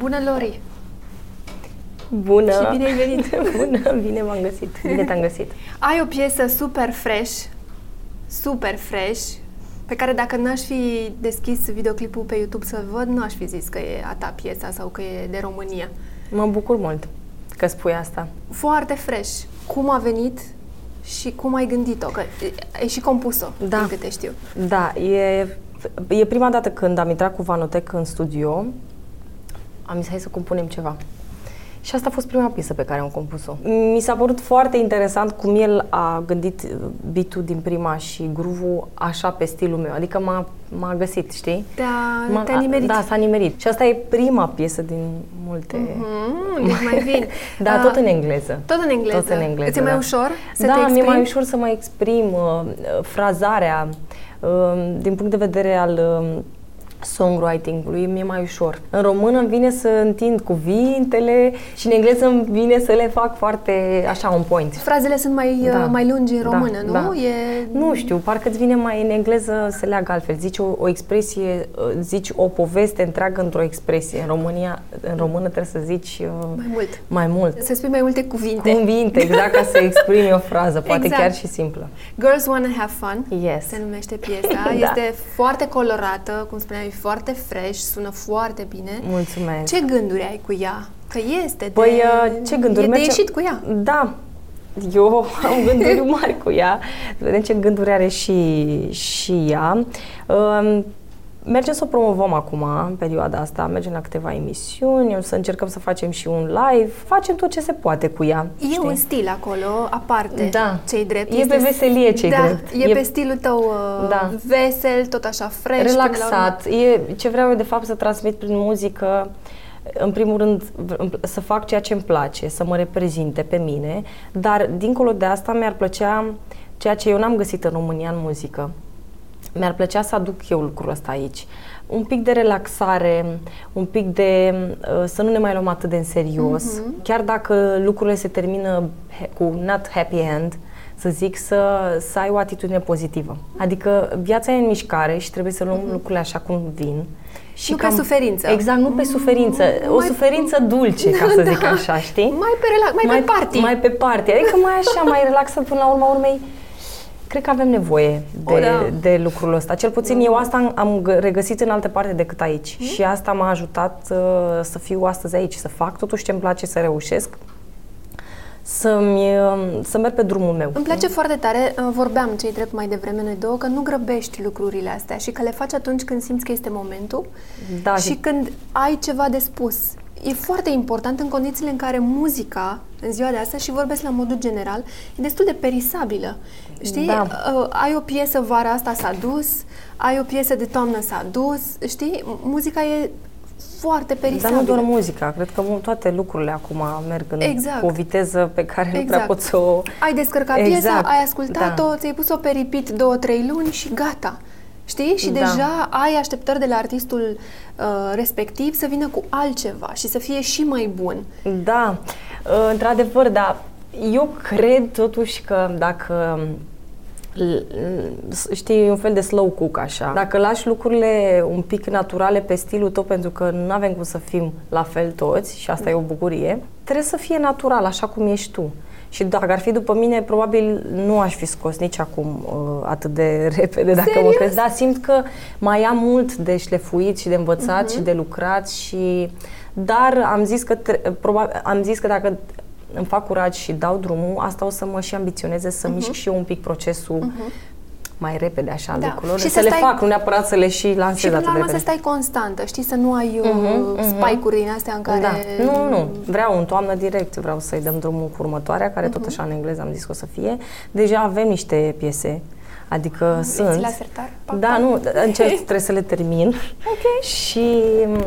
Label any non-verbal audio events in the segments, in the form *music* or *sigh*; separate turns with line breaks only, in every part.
Bună, Lori!
Bună!
Și bine ai venit!
*laughs* Bună, bine m-am găsit! Bine te-am găsit!
Ai o piesă super fresh, super fresh, pe care dacă n-aș fi deschis videoclipul pe YouTube să văd, nu aș fi zis că e a ta piesa sau că e de România.
Mă bucur mult că spui asta.
Foarte fresh. Cum a venit și cum ai gândit-o? Că e- ai și compus-o,
Da.
din câte știu.
Da, e, e prima dată când am intrat cu Vanotec în studio, am zis hai să compunem ceva. Și asta a fost prima piesă pe care am compus-o. Mi s-a părut foarte interesant cum el a gândit uh, beat-ul din prima și groove așa pe stilul meu. Adică m-a, m-a găsit, știi?
Te-a,
M-a-
te-a nimerit.
Da, s-a nimerit. Și asta e prima piesă din multe...
Mm, deci mai vin.
*laughs* Da,
Ah,
tot în engleză.
Tot în engleză.
Tot în engleză.
Îți e mai
da.
ușor să te
da, mi-e
exprimi?
mai ușor să mă exprim uh, frazarea uh, din punct de vedere al uh, songwriting-ului, mi-e mai ușor. În română îmi vine să întind cuvintele și în engleză îmi vine să le fac foarte așa on point.
Frazele sunt mai,
Da.
uh, mai lungi în
Da,
română, nu?
da.
E...
Nu știu, parcă îți vine mai în engleză să leagă altfel. Zici o, o expresie, uh, zici o poveste întreagă într-o expresie. În România, în română trebuie să zici uh,
Mai mult.
mai mult.
Să spui mai multe cuvinte.
Cuvinte, exact ca să exprimi o frază, poate
Exact.
chiar și simplă.
Girls Wanna Have Fun.
Yes.
Se numește piesa.
*laughs* Da.
Este foarte colorată, cum spuneai, foarte fresh, sună foarte bine.
Mulțumesc.
Ce gânduri ai cu ea? Că este
Păi,
de...
uh, ce gânduri
E de
merge-
ieșit cu ea.
Da. Eu *laughs* am
*laughs*
gânduri mari cu ea. Să Vedem ce gânduri are și, și ea. Um, Mergem să o promovăm acum, în perioada asta. Mergem la câteva emisiuni, o să încercăm să facem și un live. Facem tot ce se poate cu ea.
E un stil acolo, aparte,
Da.
cei drept.
E pe veselie cei
da,
drept.
E,
E-
pe stilul tău uh,
Da.
vesel, tot așa fresh. până la urmă.
relaxat. E ce vreau eu de fapt să transmit prin muzică. În primul rând, v- îmi pl- să fac ceea ce îmi place, să mă reprezinte pe mine, dar dincolo de asta mi-ar plăcea ceea ce eu n-am găsit în România în muzică. Mi-ar plăcea să aduc eu lucrul ăsta aici. Un pic de relaxare, un pic de uh, să nu ne mai luăm atât de în serios, chiar dacă lucrurile se termină he- cu not happy end, să zic, să, să ai o atitudine pozitivă. Adică viața e în mișcare și trebuie să luăm lucrurile așa cum vin. Și
Mhm. Nu pe suferință. Mm,
Exact, nu pe suferință. O
mai- Da.
suferință
*laughs*
dulce, ca să zic așa, știi?
Mai pe, relax, mai, pe party.
Mai pe party. Adică mai așa, mai relaxat până la urma urmei. Cred că avem nevoie de,
O, da.
de lucrul ăsta. Cel puțin eu asta am- am gă- regăsit în alte parte decât aici.
Mhm.
Și asta m-a ajutat uh, să fiu astăzi aici, să fac totuși ce-mi place, să reușesc, să-mi, uh, să merg pe drumul meu.
Îmi place foarte tare, uh, vorbeam cei drept mai devreme noi două, că nu grăbești lucrurile astea și că le faci atunci când simți că este momentul
Da,
și
și-
când ai ceva de spus. E foarte important în condițiile în care muzica, în ziua de astăzi, și vorbesc la modul general, e destul de perisabilă. Știi?
Da.
Uh, ai o piesă vara asta s-a dus, ai o piesă de toamnă s-a dus, știi? Muzica e foarte
Dar
perisabilă.
nu doar muzica, cred că mu- toate lucrurile acum merg în,
Exact.
cu o viteză pe care nu prea
Exact.
pot să o...
Ai descărcat
Exact,
piesa, ai ascultat-o,
da.
ți-ai pus-o pe repeat două, trei luni și gata. Știi? Și
Da.
deja ai așteptări de la artistul uh, respectiv să vină cu altceva și să fie și mai bun.
Da, uh, într-adevăr, dar eu cred totuși că dacă l- l- știi, e un fel de slow cook așa. Dacă lași lucrurile un pic naturale pe stilul tău, pentru că nu avem cum să fim la fel toți și asta e o bucurie, trebuie să fie natural, așa cum ești tu. Și dacă ar fi după mine, probabil nu aș fi scos nici acum uh, atât de *laughs* repede, dacă mă
Serios?
crezi. Dar simt că mai am mult de șlefuit și de învățat
Mhm.
și de lucrat și... Dar am zis că, tre- probabil, am zis că dacă îmi fac curaj și dau drumul, asta o să mă și ambiționeze să mișc și eu un pic procesul mai repede așa al
Mhm. Da.
lucrurilor.
Și
Și
să
să le
stai-
fac, nu neapărat să le și
și
lansez
până
atât
la
de
urmă să
repede.
stai constantă, știi? Să nu ai uh, spike-uri din astea în care...
Da. Nu, nu, vreau în toamnă direct, vreau să-i dăm drumul cu următoarea, care
Mhm.
tot așa în engleză am zis că o să fie. Deja avem niște piese, adică sunt.
la sertar? Pac,
Da,
pac.
nu, încerc,
*laughs*
trebuie să le termin. Ok. Și m,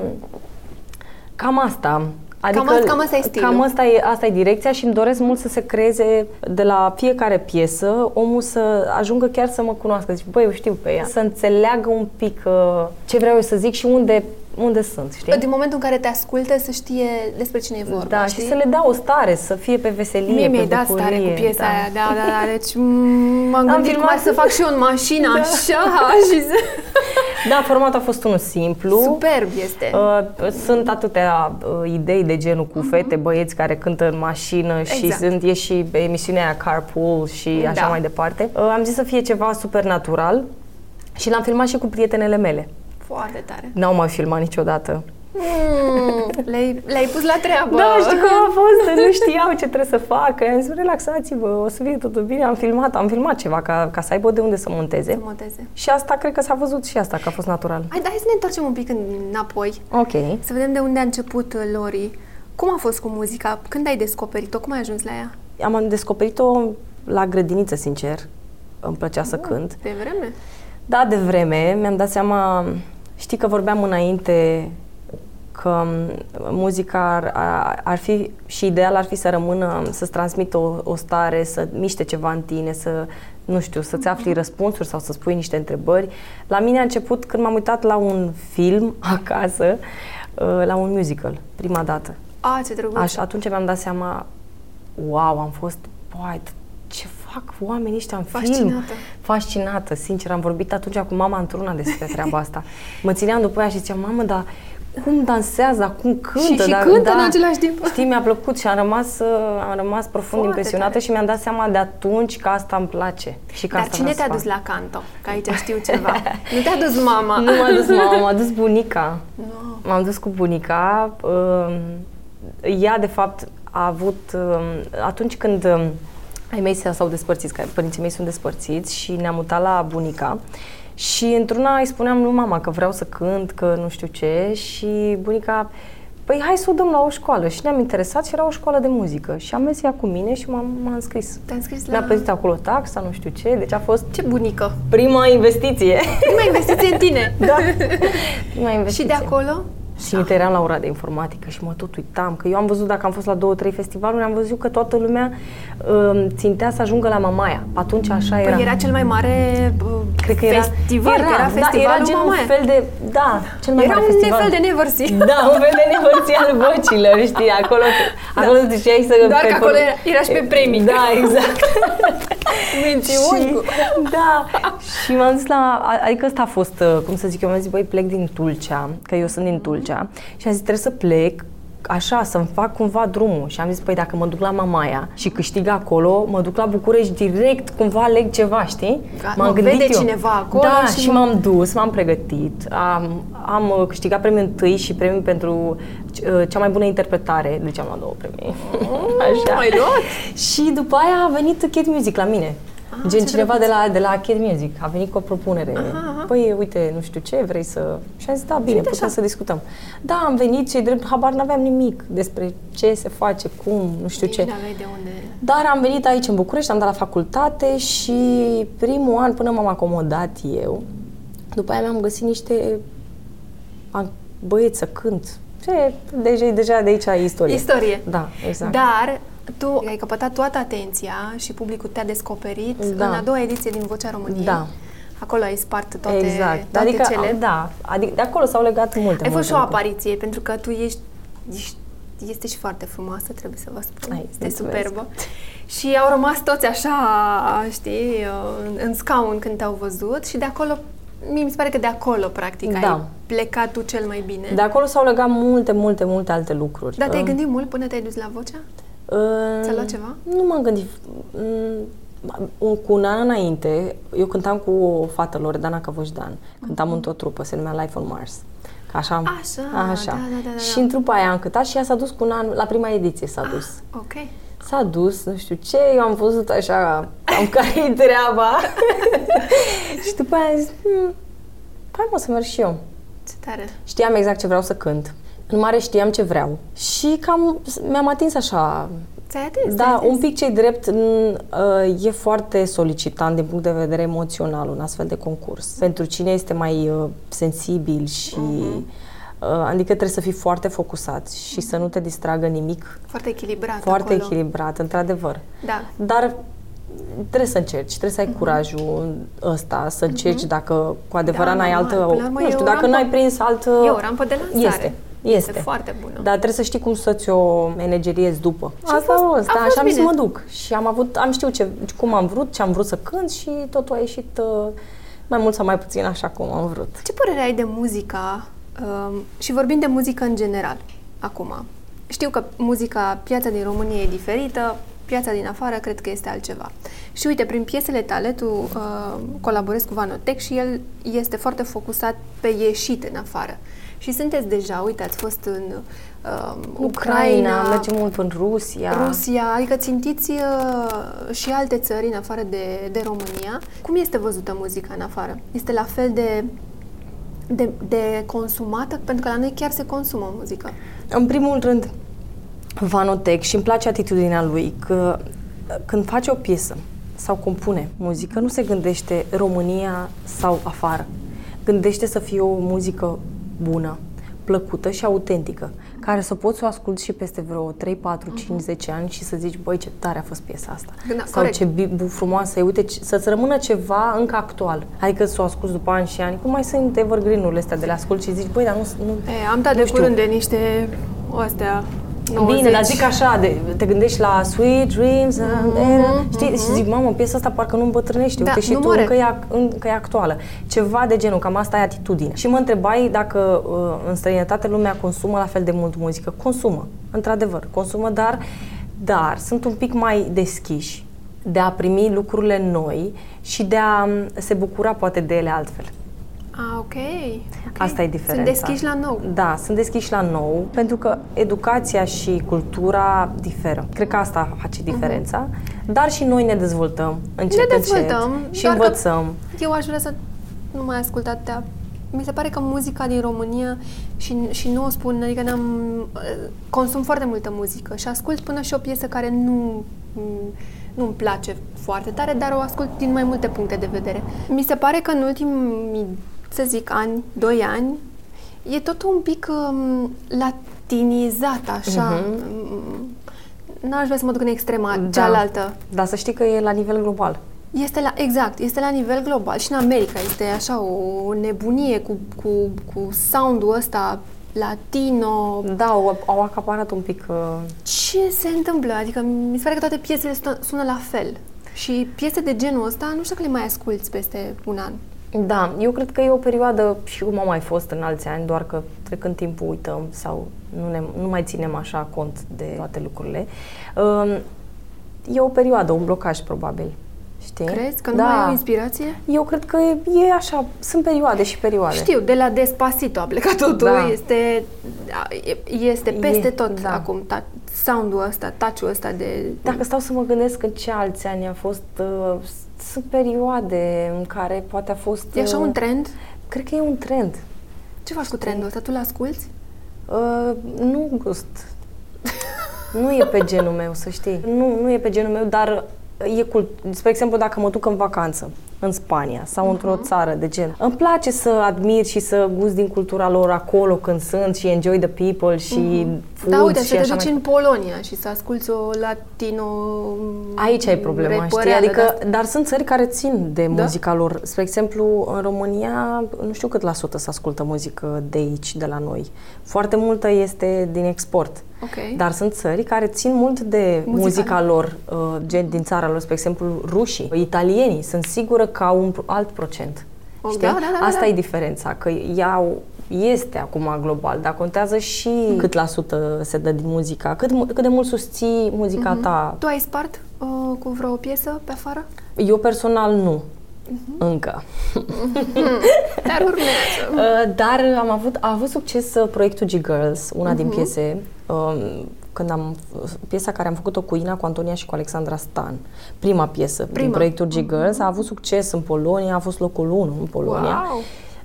cam asta. Adică,
asta- cam asta e stilul.
Cam asta e, asta e direcția și îmi doresc mult să se creeze de la fiecare piesă, omul să ajungă chiar să mă cunoască. Zici, băi, eu știu pe ea. Să înțeleagă un pic uh, ce vreau eu să zic și unde, unde sunt, știi?
Din momentul în care te ascultă să știe despre cine e vorba,
Da,
știi?
și să le dea o stare, să fie pe veselie,
Mie
pe
mi-ai dat
bucurie,
stare cu piesa
da.
aia, da, da, *laughs* da, deci mm, m-am gândit cum *laughs*
filmat.
Da. ar să fac și eu în mașină, așa, și să...
Da, formatul a fost unul simplu.
Superb este.
Uh, sunt atâtea uh, idei de genul cu fete, băieți care cântă în mașină și
Mhm. Exact.
sunt, e și emisiunea aia Carpool și așa
Da.
mai departe. Uh, am zis să fie ceva super natural și l-am filmat și cu prietenele mele.
Foarte tare.
N-au mai filmat niciodată.
Mm, le-ai, le-ai pus la treabă.
Da, știi cum a fost? Nu știau ce trebuie să facă. Am zis, relaxați-vă, o să fie totul bine. Am filmat, am filmat ceva ca, ca să aibă de unde să monteze.
Să monteze.
Și asta cred că s-a văzut și asta, că a fost natural.
Hai, dar hai să ne întoarcem un pic înapoi.
Ok.
Să vedem de unde a început uh, Lori. Cum a fost cu muzica? Când ai descoperit-o? Cum ai ajuns la ea?
Am descoperit-o la grădiniță, sincer. Îmi plăcea să cânt.
De vreme?
Da, de vreme mi-am dat seama, știi că vorbeam înainte că muzica ar, ar- ar fi și ideal ar fi să rămână, să-ți transmită o, o stare, să miște ceva în tine, să, nu știu, să-ți afli răspunsuri sau să-ți pui niște întrebări. La mine a început când m-am uitat la un film *laughs* acasă, uh, la un musical, prima dată.
A, ce drăguț.
Aș, atunci mi-am dat seama, wow, am fost, boy, ce fac oamenii ăștia în film?
Fascinată.
Fascinată, sincer, am vorbit atunci cu mama într-una despre treaba
*laughs*
asta. Mă țineam după ea și ziceam, mamă, dar cum dansează, dar cum cântă?
și
dar, da,
cântă în același timp.
*laughs* Știi, mi-a plăcut și am rămas, uh, am rămas profund
Foarte
impresionată
tare.
și mi-am dat seama de atunci că asta îmi place. Și că
Dar
asta
cine
vreau
te-a
să
dus
fac.
la canto? Că
*laughs*
aici știu ceva. nu te-a dus mama.
Nu m-a
*laughs*
dus mama, m-a dus bunica.
No.
M-am dus cu bunica. um, Ea, de fapt, a avut... um, Atunci când um, ai mei se- s-au despărțit, că părinții mei sunt despărțiți și ne-am mutat la bunica și într-una îi spuneam lui mama că vreau să cânt, că nu știu ce și bunica Păi hai să o dăm la o școală și ne-am interesat și era o școală de muzică și am mers ea cu mine și m-am, m-am înscris.
Te-am scris
Mi-a
la...
plătit acolo taxa, nu știu ce, deci a fost
Ce bunică! *laughs*
prima investiție.
Prima investiție în tine!
*laughs* da. Prima investiție.
și de acolo? păi,
Și uite, eram la ora de informatică și mă tot uitam, că eu am văzut, dacă am fost la două, trei festivaluri, am văzut că toată lumea um, țintea să ajungă la Mamaia. Atunci așa era.
Păi era cel mai mare bă,
Cred că era,
festival, că era
da, era
festivalul
gen
Mamaia.
un fel de, da, cel mai
Era
mare
un
festival.
fel de never
*laughs*
see.
Da, un fel de nevărții al vocilor, știi, acolo, da. acolo te duceai să...
Doar că
perform-
acolo era, era și pe premii.
Da, exact.
Mențiuni cu-
*laughs* da, și m-am zis la, a- adică ăsta a fost, uh, cum să zic, eu mi-am zis, băi, plec din Tulcea, că eu sunt din Tulcea și am zis, trebuie să plec așa, să-mi fac cumva drumul. Și am zis, păi dacă mă duc la Mamaia și câștig acolo, mă duc la București direct, cumva aleg ceva, știi?
Ca- mă vede cineva acolo
Da,
și
și, și
mă-
m-am dus, m-am pregătit, am, am uh, câștigat premiul întâi și premiul pentru uh, cea mai bună interpretare, deci am luat două premii. Așa.
ai luat?
*laughs* Și după aia a venit Kid Music la mine. Ah, Gen
ce
cineva de la, de la Kid Music a venit cu o propunere. Păi, uite, nu știu ce, vrei să... Și am zis, da, bine, putem să discutăm. Da, am venit și drept habar n-aveam nimic despre ce se face, cum, nu știu ce.
Nici n-aveai de unde.
Dar am venit aici în București, am dat la facultate și primul an până m-am acomodat eu, după aia mi-am găsit niște am- băieți să cânt. Ce? Deja, deja de aici e istorie.
Istorie.
Da, exact.
Dar tu ai căpătat toată atenția și publicul te-a descoperit
Da.
în a doua ediție din Vocea României.
Da.
Acolo ai spart toate,
exact.
toate
adică,
cele.
Da, adică de acolo s-au legat multe.
Ai
multe
fost și o
lucruri.
apariție, pentru că tu ești, ești este și foarte frumoasă, trebuie să vă spun.
Ai,
este
mulțumesc.
superbă. Și au rămas toți așa, știi, în, în scaun când te-au văzut și de acolo, mie mi se pare că de acolo, practic, ai
Da.
plecat tu cel mai bine.
De acolo s-au legat multe, multe, multe alte lucruri.
Dar te-ai
Uh,
gândit mult până te-ai dus la vocea?
Uh,
Ți-a luat ceva?
Nu m-am gândit. Mm, Un, cu un an înainte, eu cântam cu o fată, Loredana Căvășdan. Cântam într-o trupă, se numea Life on Mars. Că Așa,
Mhm. Așa, da, da, da, da. Ah,
Și în trupa aia am cântat și ea s-a dus cu un an, la prima ediție s-a dus.
Ok.
S-a dus, nu știu ce, eu am văzut așa, am care treaba. și după aia am zis, "Hmm, hai mă să merg și eu.
Ce tare.
Știam exact ce vreau să cânt. În mare știam ce vreau. Și cam mi-am atins așa
Ți-ai atins? ți-ai
da,
atins.
un pic cei drept n- uh, e foarte solicitant din punct de vedere emoțional un astfel de concurs. Pentru cine este mai uh, sensibil și uh, adică trebuie să fii foarte focusat și să nu te distragă nimic.
Foarte echilibrat
Foarte
acolo.
echilibrat, într-adevăr.
Da.
Dar trebuie să încerci, trebuie să ai curajul ăsta, să încerci dacă cu adevărat
Mhm. Da,
n-ai
normal.
altă,
Până la urmă e
nu știu,
o
dacă
rampă-
n-ai prins altă...
E o rampă de lansare.
Uh, Este,
Este
este.
foarte bună.
Dar trebuie să știi cum să-ți o manageriezi după.
a
Asta
fost-
a fost,
a
da,
fost
și am zis
bine.
mă duc. Și am avut, am știut ce, cum am vrut, ce am vrut să cânt și totul a ieșit uh, mai mult sau mai puțin așa cum am vrut.
Ce părere ai de muzica um, și vorbim de muzică în general acum? Știu că muzica, piața din România e diferită, piața din afară cred că este altceva. Și uite, prin piesele tale tu uh, colaborezi cu Vanotec și el este foarte focusat pe ieșit în afară. Și sunteți deja, uite, ați fost în uh, Ucraina,
mergem mult în Rusia.
Rusia, adică țintiți uh, și alte țări în afară de, de România. Cum este văzută muzica în afară? Este la fel de, de, de consumată? Pentru că la noi chiar se consumă muzică.
În primul rând, Vanotec și îmi place atitudinea lui că când face o piesă sau compune muzică, nu se gândește România sau afară. Gândește să fie o muzică bună, plăcută și autentică, care să poți să o asculti și peste vreo 3, 4, 5, 10 ani și să zici, băi, ce tare a fost piesa asta.
Mhm. Da,
sau
corect.
ce bi- bu- frumoasă e, uite, ce- să-ți rămână ceva încă actual. Adică să o asculti după ani și ani, cum mai sunt evergreen-urile astea de le ascult și zici, băi, dar nu, nu
E, am dat
Nu
de
știu.
curând de niște astea 90.
Bine, dar zic așa, de, te gândești la Sweet
Mhm,
Dreams, mm-hmm, știi, și zic, mamă, piesa asta parcă nu îmbătrânește,
Da,
uite și
nu
tu
moare.
încă e, ac- încă e actuală. Ceva de genul, cam asta e atitudine. Și mă întrebai dacă uh, în străinătate lumea consumă la fel de mult muzică. Consumă, într-adevăr, consumă, dar, dar sunt un pic mai deschiși de a primi lucrurile noi și de a mm, se bucura poate de ele altfel.
Ah, ok. ok.
Asta e diferența.
Sunt deschiși la nou.
Da, sunt deschiși la nou, pentru că educația și cultura diferă. Cred că asta face
Mhm.
diferența. Dar și noi ne dezvoltăm încet,
dezvoltăm,
încet și
doar că-
învățăm.
Eu aș vrea să nu mai ascult atâtea. Mi se pare că muzica din România și, și nu o spun, adică n-am uh, consum foarte multă muzică și ascult până și o piesă care nu nu îmi place foarte tare, dar o ascult din mai multe puncte de vedere. Mi se pare că în ultimii, să zic, ani, doi ani, e totul un pic um, latinizat, așa. Uh-huh. N-aș vrea să mă duc în extrema
Da.
cealaltă.
Dar să știi că e la nivel global.
Este la, exact, este la nivel global și în America este așa o, o nebunie cu, cu, cu sound-ul ăsta latino.
Da, au, au acaparat un pic... Uh...
Ce se întâmplă? Adică mi se pare că toate piesele sună, sună la fel. Și piese de genul ăsta nu știu că le mai asculți peste un an.
Da, eu cred că e o perioadă și cum a mai fost în alți ani, doar că cred că în timp uităm sau nu, ne, nu mai ținem așa cont de toate lucrurile. Um, E o perioadă, un blocaj probabil. Știi?
Crezi că nu
da.
mai ai o inspirație?
Eu cred că e, e așa, sunt perioade și perioade.
Știu, de la Despacito a plecat totul,
Da.
este, a, e- este peste
E,
tot
da.
acum, ta, sound-ul ăsta, touch-ul ăsta de...
Dacă stau să mă gândesc în ce alți ani a fost, uh, sunt perioade în care poate a fost...
E așa
uh,
un trend?
Cred că e un trend.
Ce faci cu trendul ăsta? Tu l-asculți?
Uh, nu gust. nu e pe genul meu, să știi. Nu, nu e pe genul meu, dar e cult... Spre exemplu, dacă mă duc în vacanță în Spania sau
Mhm.
într-o țară de gen. Îmi place să admir și să gust din cultura lor acolo când sunt și enjoy the people și food
Da, uite,
și
să te
așa
duci
mai
în Polonia și să asculți o latino...
Aici e problema, știi?
repăreală
Adică,
de-asta.
dar sunt țări care țin de
Da?
muzica lor. Spre exemplu, în România, nu știu cât la sută se ascultă muzică de aici, de la noi. Foarte multă este din export.
Ok.
Dar sunt țări care țin mult de
Muzica.
muzica, lor, uh, gen din țara lor, spre exemplu, rușii, italienii. Sunt sigură că au un pro- alt procent.
Oh,
Știi?
da, da, da, da,
Asta
da.
e diferența, că iau este acum global, dar contează și
Hmm.
cât la sută se dă din muzica, cât, mu- cât de mult susții muzica
Mhm.
ta
Tu ai spart uh, cu vreo piesă pe afară?
eu personal nu.
Mhm.
Încă.
Dar
*laughs*
urmează.
Uh, Dar am avut, a avut succes uh, proiectul G-Girls, una din
Mhm.
piese, um, când am, piesa care am făcut-o cu Ina, cu Antonia și cu Alexandra Stan. Prima piesă din
Prima. Mhm.
proiectul G-Girls a avut succes în Polonia, a fost locul 1 în Polonia.
Wow!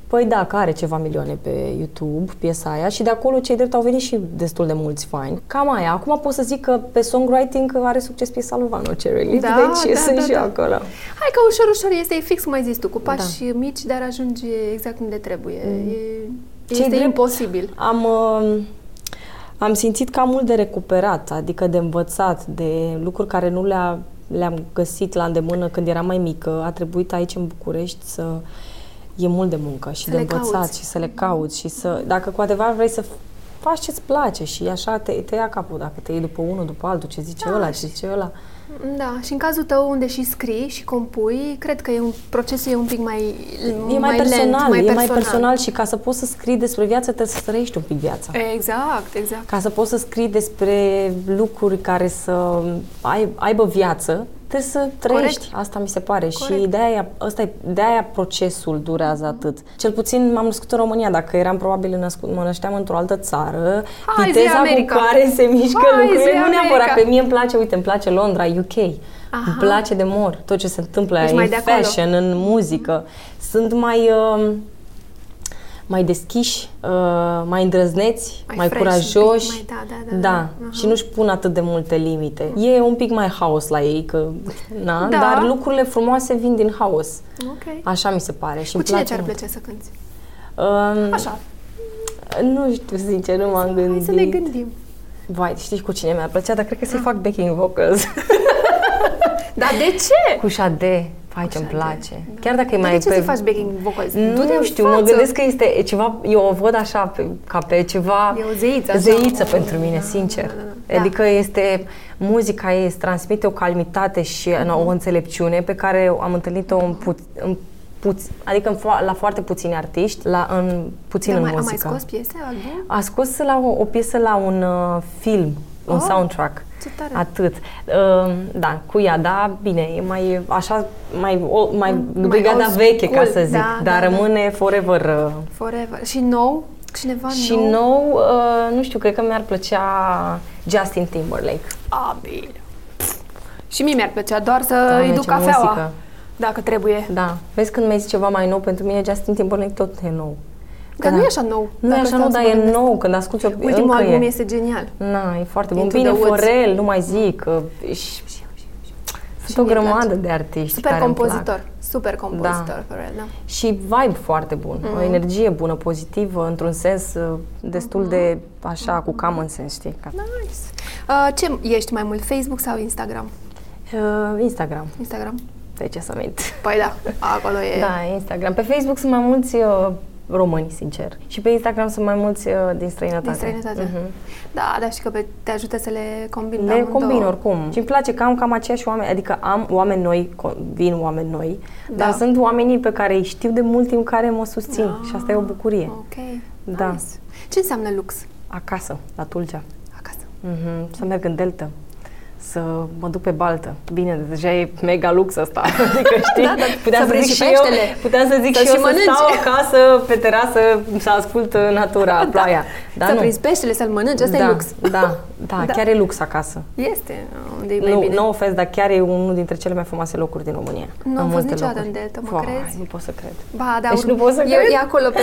Păi da, că are ceva milioane pe YouTube, piesa aia și de acolo cei drept au venit și destul de mulți fani. Cam aia. Acum pot să zic că pe songwriting are succes piesa lui Vano Cerelli,
Da,
deci
da,
sunt
da,
și
da.
eu acolo.
Hai că ușor, ușor este fix cum ai zis tu, cu
Da.
pași mici, dar ajungi exact unde trebuie. E, este
Mm. drept-
imposibil.
Am, uh, am simțit că am mult de recuperat, adică de învățat, de lucruri care nu le-a, le-am găsit la îndemână când eram mai mică. A trebuit aici în București să e mult de muncă și
Să
de
le
învățat
cauți.
și să le cauți și să dacă cu adevărat vrei să f- faci ce-ți place și așa te, te ia capul dacă te iei după unul, după altul, ce zice
Da,
ăla,
și-
ce zice ăla.
Da, și în cazul tău unde și scrii și compui, cred că e un proces e un pic mai
E mai,
lent,
personal,
mai
e
personal.
mai personal și ca să poți să scrii despre viață trebuie să trăiești un pic viața.
Exact, exact.
Ca să poți să scrii despre lucruri care să ai, aibă viață, trebuie să trăiești. Asta mi se pare
Corect. Mhm.
și de-aia, asta e, de-aia procesul durează atât. Cel puțin m-am născut în România, dacă eram probabil născut, mă nășteam într-o altă țară,
Hai, zi,
viteza cu
America!
care se mișcă
Hai, zi,
lucrurile, nu neapărat
America!
pe mie îmi place, uite, îmi place Londra, UK.
Aha.
Îmi place de mor tot ce se întâmplă
Ești mai
în
de acolo. Mhm.
fashion, în muzică. Sunt mai... Uh, mai deschiși, uh, mai îndrăzneți, mai,
Mai
mai
fresh un pic,
curajoși.
mai da, da, da,
da.
da.
Și nu-și pun atât de multe limite. E un pic mai haos la ei, că, na,
Da.
dar lucrurile frumoase vin din haos.
Ok.
Așa mi se pare. Și
Cu
îmi
cine
place
ți-ar
mult.
plăcea să cânti?
Um,
Așa,
Nu știu, sincer, nu m-am gândit.
hai să ne gândim. Ah.
Vai, știi cu cine mi-ar plăcea, dar cred că să-i fac backing vocals. Da,
Dar de ce?
cu Sade. Vai, ce-mi
Sade, Da.
place. Chiar dacă e
Dar de
mai
ce
pe...
să faci backing vocals? Du-te
Nu
în
știu,
față.
mă gândesc că este ceva, eu o văd așa, pe, ca pe ceva...
E o zeiță, așa.
Zeiță
O-
pentru mine,
da,
sincer.
da, da, da.
Adică este, muzica ei îți transmite o calmitate și na, o înțelepciune pe care am întâlnit-o în, pu, în puț, adică în fo- la foarte puțini artiști, la, în, puțin
Dar
în
mai, a mai
muzică.
scos piese, album?
A scos la o, o piesă la un uh, film, un
Oh,
soundtrack.
ce tare.
Atât. Uh, da, cu ea, da, bine, e mai așa, mai, o, mai,
mai
mai brigada
old
veche, ca
school,
să zic,
da,
dar
da, da.
rămâne forever. Uh,
Forever. Și nou? Cineva
și
nou?
nou, uh, nu știu, cred că mi-ar plăcea Justin
Uh,
Timberlake.
A, bine. Și mie mi-ar plăcea doar să
Doamne,
îi duc
ce
cafeaua.
muzică.
Dacă trebuie.
Da, vezi când mi-ai zis ceva mai nou, pentru mine Justin Timberlake tot e nou.
Dar
da.
nu e așa nou.
Nu e
dacă
așa
stau
nou,
să
dar
mă
e
gândesc.
nou, când asculti o
Ultimul
încă
album
e.
este genial.
Na, e foarte bun.
Into
Bine,
the Woods.
Forel, nu mai zic. că și-
Și
Sunt o
mie îmi
grămadă
place.
de artiști
Super
care îmi plac. Da.
compozitor. Super compozitor, Pharrell, da.
Și vibe foarte bun,
Mhm.
o energie bună, pozitivă, într-un sens uh,
Mhm.
destul de așa, cu common sense, știi? Ca...
Nice. Uh, ce ești mai mult, Facebook sau Instagram?
Uh, Instagram,
Instagram?
de ce să mint?
Păi da, acolo e.
Da, Instagram. Pe Facebook sunt mai mulți uh, români, sincer. Și pe Instagram sunt mai mulți uh, din străinătate.
Din străinătate.
Mhm.
Da, dar știi că pe, te ajută să le combini. pe
Le
amândouă.
combin oricum. Și îmi place că am cam aceiași oameni, adică am oameni noi, co- vin oameni noi,
Da.
dar sunt oamenii pe care îi știu de mult timp care mă susțin și asta e o bucurie.
Ok.
Da.
Nice. Ce înseamnă lux
Acasă, la Tulcea.
acasă?
Mhm, Să merg în delta, să mă duc pe baltă. Bine, deja e mega lux
*laughs*
asta. Adică, știi,
Da, da, să
puteam să
prânzi
zic
și
și eu,
peștele,
puteam să zic
să
și eu
și
să
mănânci. Da.
stau acasă pe terasă să ascult uh, natura, ploaia. Dar
să
Da, nu.
prinzi peștele, să-l mănânci, asta
da,
e lux.
Da, da,
Da.
chiar e lux acasă.
Este unde e mai
Nu,
bine.
nu ofens, dar chiar e unul dintre cele mai frumoase locuri din România.
Nu am
În
fost
multe
niciodată
locuri.
în Delta, mă
Vai,
crezi?
Nu pot să cred.
Ba, da,
Deci
ur-
nu pot să
e,
cred?
e acolo, pe,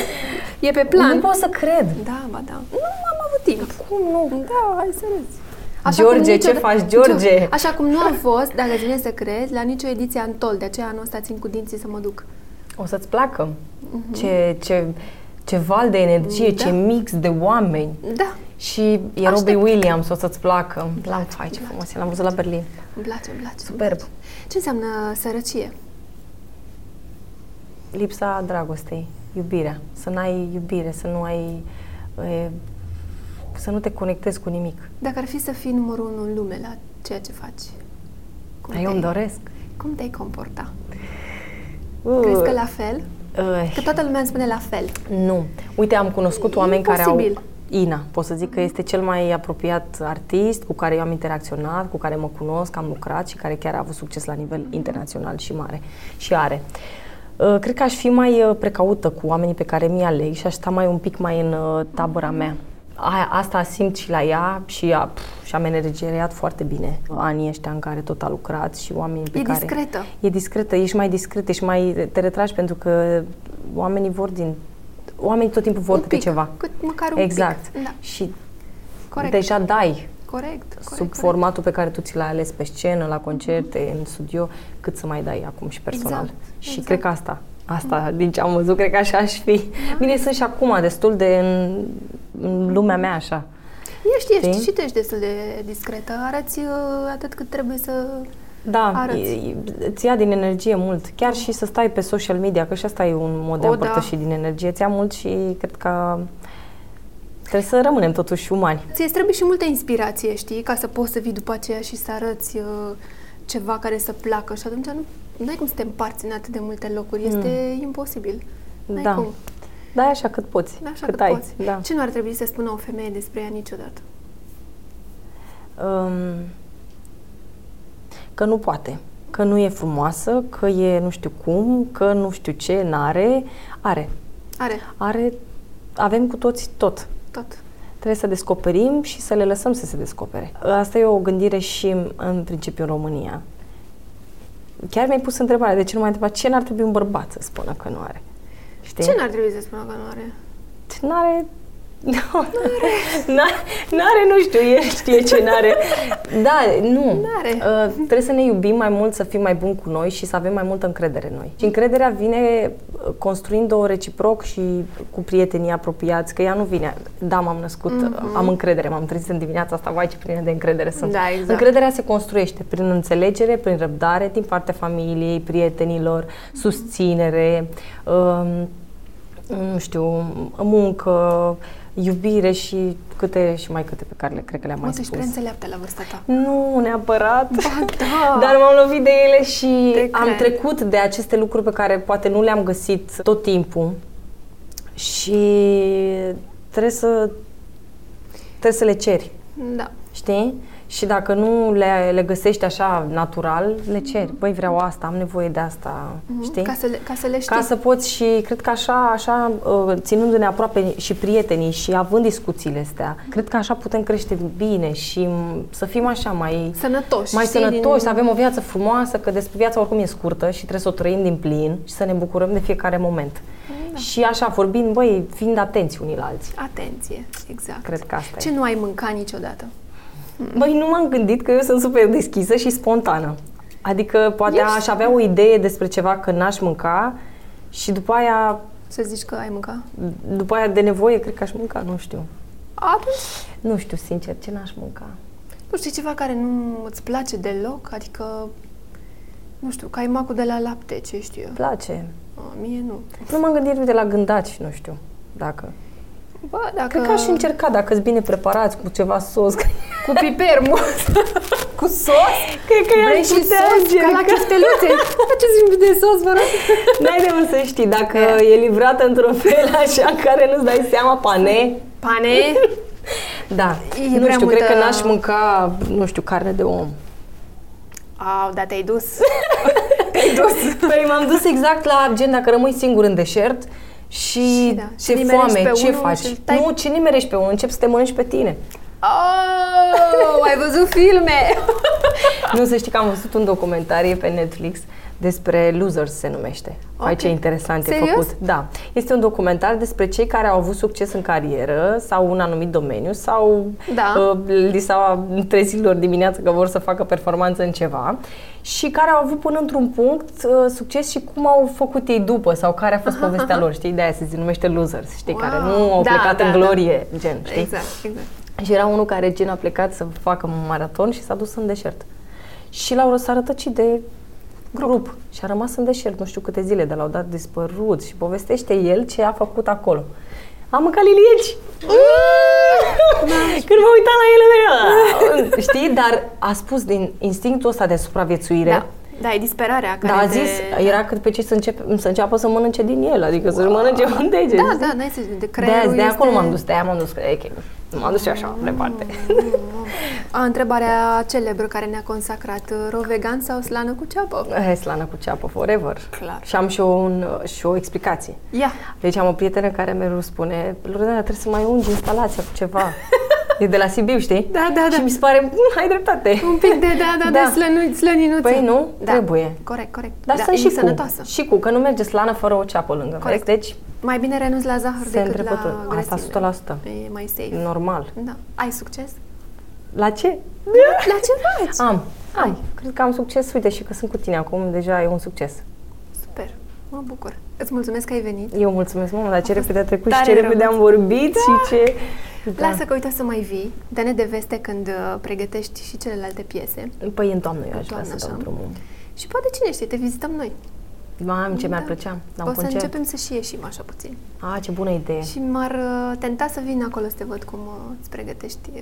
e pe
Nu
plan.
pot să cred.
Da, ba, da. Nu am avut timp.
Cum nu?
Da, hai să râzi.
George,
cum
ce faci, George?
Așa cum nu am fost, dacă îți vine să crezi, la nicio ediție Antol, de aceea anul ăsta țin cu dinții să mă duc.
O să-ți placă. Ce, ce, ce val de energie,
Mhm. Da.
ce mix de oameni.
Da,
Și e
Aștept.
Robbie Williams, o să-ți placă. L-am
place,
fai, ce
îmi
frumos, e, l-am văzut la Berlin.
îmi place, îmi place. îmi
Superb.
place. Ce înseamnă sărăcie?
Lipsa dragostei, iubirea. Să n-ai iubire, să nu ai... E, să nu te conectezi cu nimic.
Dacă ar fi să fii numărul unu în lume la ceea ce faci, cum,
Dar eu îmi doresc.
cum te-ai comporta? Crezi că la fel?
Uh,
Că toată lumea îmi spune la fel.
Nu. Uite, am cunoscut
E
oameni care au...
imposibil.
Ina, pot să zic că este cel mai apropiat artist cu care eu am interacționat, cu care mă cunosc, am lucrat și care chiar a avut succes la nivel internațional și mare și are. Uh, Cred că aș fi mai uh, precaută cu oamenii pe care mi-i aleg și aș sta mai un pic mai în uh, tabăra mea. Aia, asta simt și la ea și, a, pf, și am energiat foarte bine anii ăștia în care tot a lucrat și oamenii pe
E
care...
discretă.
E discretă, ești mai discret, ești mai te retragi pentru că oamenii vor din oamenii tot timpul vor
Un
câte
pic,
ceva.
Cât măcar un
exact.
pic. Da,
Și
corect.
deja dai
corect, corect,
sub
corect.
formatul pe care tu ți l-ai ales pe scenă, la concerte, în studio, cât să mai dai acum și personal.
Exact,
și
exact. Mm.
cred că asta, asta, din ce am văzut, cred că așa aș fi.
Da.
Bine, sunt și acum destul de în, în lumea mea așa.
Ești, ești
Știi?
și tu ești destul de discretă. Arăți uh, atât cât trebuie să...
Da,
Arăți.
e- e- îți ia din energie mult. Chiar și să stai pe social media, că și asta e un mod de a
O, da.
împărtăși din energie. Îți ia mult și cred că Trebuie să rămânem totuși umani.
Ți trebuie și multă inspirație, știi, ca să poți să vii după aceea și să arăți uh, ceva care să placă și atunci nu ai cum să te împarți în atât de multe locuri. Este mm. imposibil. N-ai
da.
cum.
Da, așa cât poți.
Așa
cât
cât
ai.
poți.
Da.
Ce nu ar trebui să spună o femeie despre ea niciodată?
Um, că nu poate, că nu e frumoasă, că e nu știu cum, că nu știu ce, n-are. Are.
Are
Are. Avem cu toți tot.
tot.
Trebuie să descoperim și să le lăsăm să se descopere. Asta e o gândire și în principiu în România. Chiar mi-ai pus întrebarea, de ce nu mai întreba ce n-ar trebui un bărbat să spună că nu are? Știi?
Ce n-ar trebui să spună că nu are?
N-are... *laughs* N-are, n-are, nu știu, el știe ce n-are. Da, nu.
N-are.
Uh, trebuie să ne iubim mai mult, să fim mai buni cu noi și să avem mai multă încredere în noi. Și încrederea vine uh, construind-o reciproc și cu prietenii apropiați, că ea nu vine. Da, m-am născut, mm-hmm. am încredere, m-am trezit în dimineața asta, vai ce plină de încredere sunt.
Mhm. Da, exact.
Încrederea se construiește prin înțelegere, prin răbdare, din partea familiei, prietenilor, susținere, um, nu știu, muncă, iubire și câte și mai câte pe care le cred că le-am
Mă
mai
ești prea
spus.
înțeleaptă la vârsta ta.
Nu neapărat,
da. *laughs*
dar m-am lovit de ele și
Te
am
cred.
trecut de aceste lucruri pe care poate nu le-am găsit tot timpul și trebuie să, trebuie să le ceri,
Da.
știi? Și dacă nu le, le găsești așa natural, le ceri. Băi, vreau asta, am nevoie de asta, știi?
Mm-hmm. Mhm. Ca să le, ca să le știi.
Ca să poți și, cred că așa, așa, uh, ținându-ne aproape și prietenii și având discuțiile astea, cred că așa putem crește bine și m, să fim așa mai...
Sănătoși.
Mai
știi,
sănătoși, să avem o viață frumoasă, că despre viața oricum e scurtă și trebuie să o trăim din plin și să ne bucurăm de fiecare moment.
Mm,
Da. Și așa, vorbind, băi, fiind atenți unii la alții.
Atenție, exact.
Cred că asta
Ce
e.
nu ai mâncat niciodată?
Băi, nu m-am gândit că eu sunt super deschisă și spontană. Adică poate
Ești-
aș avea o idee despre ceva că n-aș mânca și după aia
Să zici că ai mâncat?
După aia de nevoie, cred că aș mânca, nu știu.
Atunci,
Nu știu, sincer, ce n-aș mânca?
nu știu, ceva care nu îți place deloc, adică, nu știu, caimacul de la lapte, ce știu eu.
Îmi place.
A, mie nu.
Nu m-am gândit de la gândaci, nu știu, dacă.
Bă, dacă...
Cred că aș încerca, dacă sunt bine preparați, cu ceva sos.
Cu piper mult.
cu sos? Cred că
Vrei
i-aș
și
putea
sos, ca la
încerca. *laughs*
chifteluțe. Faceți de sos, vă rog.
N-ai de unde să știi, dacă e livrată într-un fel așa, în care nu-ți dai seama, pane.
Pane?
Da,
E
nu
prea
știu, cred
multă-
că n-aș mânca, nu știu, carne de om.
Au, da, te-ai dus.
Păi m-am dus exact la gen dacă rămâi singur în deșert și,
Și da, și
ce
nimerești pe
foame, ce
unul
faci?
și îl tai-
Nu, ce nimerești pe unul, începi să te mănânci pe tine.
Oh, ai văzut filme?
nu, să știi că am văzut un documentarie pe Netflix despre Losers se numește. Okay. Ai
Ok.
ce interesant
Serios?
e făcut. Da. Este un documentar despre cei care au avut succes în carieră sau în anumit domeniu sau
Da.
uh, li s-a trezit lor dimineață că vor să facă performanță în ceva și care au avut până într-un punct uh, succes și cum au făcut ei după sau care a fost aha, povestea aha. lor, știi? De aia se numește Losers, știi?
Wow.
Care nu au
Da,
plecat
da,
în
da.
glorie, gen,
*laughs*
știi?
Exact, exact.
Și era unul care gen a plecat să facă un maraton și s-a dus în deșert. Și l-au s-a rătăcit de grup și a rămas în deșert nu știu câte zile, dar l-au dat dispărut și povestește el ce a făcut acolo. Am mâncat
*laughs*
lilieci! Când mă uitam la ele, mea, *laughs* știi, dar a spus din instinctul ăsta de supraviețuire,
Da, da, e disperarea care
dar a
te-
zis, era cât pe ce să, încep, să înceapă să mănânce din el, adică să mănânce un deget.
Da, da, n-ai să de
de,
creierul
de
este-
acolo m-am dus, de aia m-am dus, că e, m-am dus și așa, departe.
A, întrebarea celebră care ne-a consacrat, ro vegan sau slană cu ceapă?
Hai, slană cu ceapă forever.
Clar.
Și am și o, un, și o explicație.
Ia,
Deci am o prietenă care mereu spune, Loredana, trebuie să mai ungi instalația cu ceva.
*laughs*
e de la Sibiu, știi?
Da, da, da.
Și mi se pare, "Mm, ai dreptate.
un pic de, da, da,
Da.
de slănu- slăninuță. Da.
Păi nu, trebuie.
Corect, corect.
Dar sunt
Da, e
și
sănătoasă.
cu, și cu, că nu merge slană fără o ceapă lângă.
Corect.
Corect. Deci,
Mai bine renunți la zahăr
Se
decât
întrepătă.
la
Asta
grăsime.
100%.
E mai safe.
Deci, normal.
Da. Ai succes?
La ce?
La ce faci?
Da. Am. Am. Cred că am succes. Uite și că sunt cu tine acum, deja e un succes.
Super. Mă bucur. Îți mulțumesc că ai venit.
Eu mulțumesc mult, dar ce
fost
repede a trecut și
tare
ce repede
drăguț.
am vorbit și ce... Da.
Lasă că uite să mai vii. Dă-ne de veste când uh, pregătești și celelalte piese.
Păi în toamnă eu aș vrea
toamnă,
să dau
așa.
drumul.
Și poate cine știe, te vizităm noi.
Mamă, ce mi-ar
Da.
plăcea la
o
un
să
concert.
începem să și ieșim așa puțin.
A, ce bună idee.
Și m-ar uh, tenta să vin acolo să te văd cum uh, îți pregătești uh,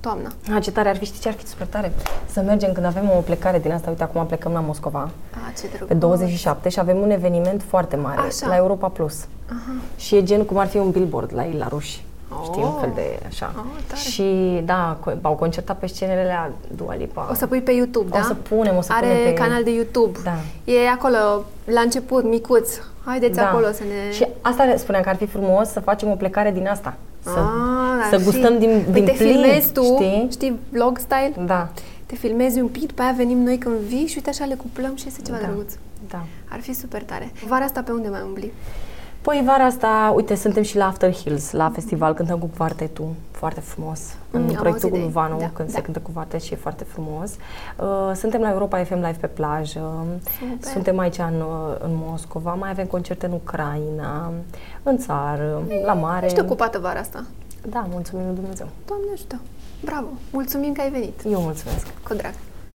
toamna.
A, ce tare ar fi, știi ce ar fi super tare? Să mergem când avem o plecare din asta, uite, acum plecăm la Moscova,
A, ce drăguț.
pe 27 și avem un eveniment foarte mare
Așa.
la Europa Plus.
Aha.
Și e gen cum ar fi un billboard la ei, la ruși.
Oh.
Știi, un fel de așa.
Oh, tare.
și da, co- au concertat pe scenele la Dua Lipa.
O să pui pe YouTube, da?
O să punem, o să
Are
punem pe-
canal de YouTube.
Da.
E acolo, la început, micuț. Haideți
Da.
acolo să ne...
Și asta le spuneam că ar fi frumos să facem o plecare din asta. Să,
Ah,
să
și-
gustăm din,
păi
din
te
plin,
filmezi tu,
știi?
știi, vlog style?
Da.
Te filmezi un pic, pe aia venim noi când vii și uite așa le cuplăm și este ceva
Da.
drăguț.
Da.
Ar fi super tare. Vara asta pe unde mai umbli?
Păi vara asta, uite, suntem și la After Hills, la festival, cântăm cu quartetul, foarte frumos,
Mm,
în
am
proiectul
auzit de
cu
ei.
Luvanu,
Da,
când
da.
se cântă cu quartet și e foarte frumos. Uh, suntem la Europa FM Live pe plajă,
Super.
suntem aici în, uh, în Moscova, mai avem concerte în Ucraina, în țară, la mare.
Ești ocupată vara asta.
Da, mulțumim lui Dumnezeu.
Doamne ajută! Bravo! Mulțumim că ai venit!
Eu mulțumesc.
Cu drag!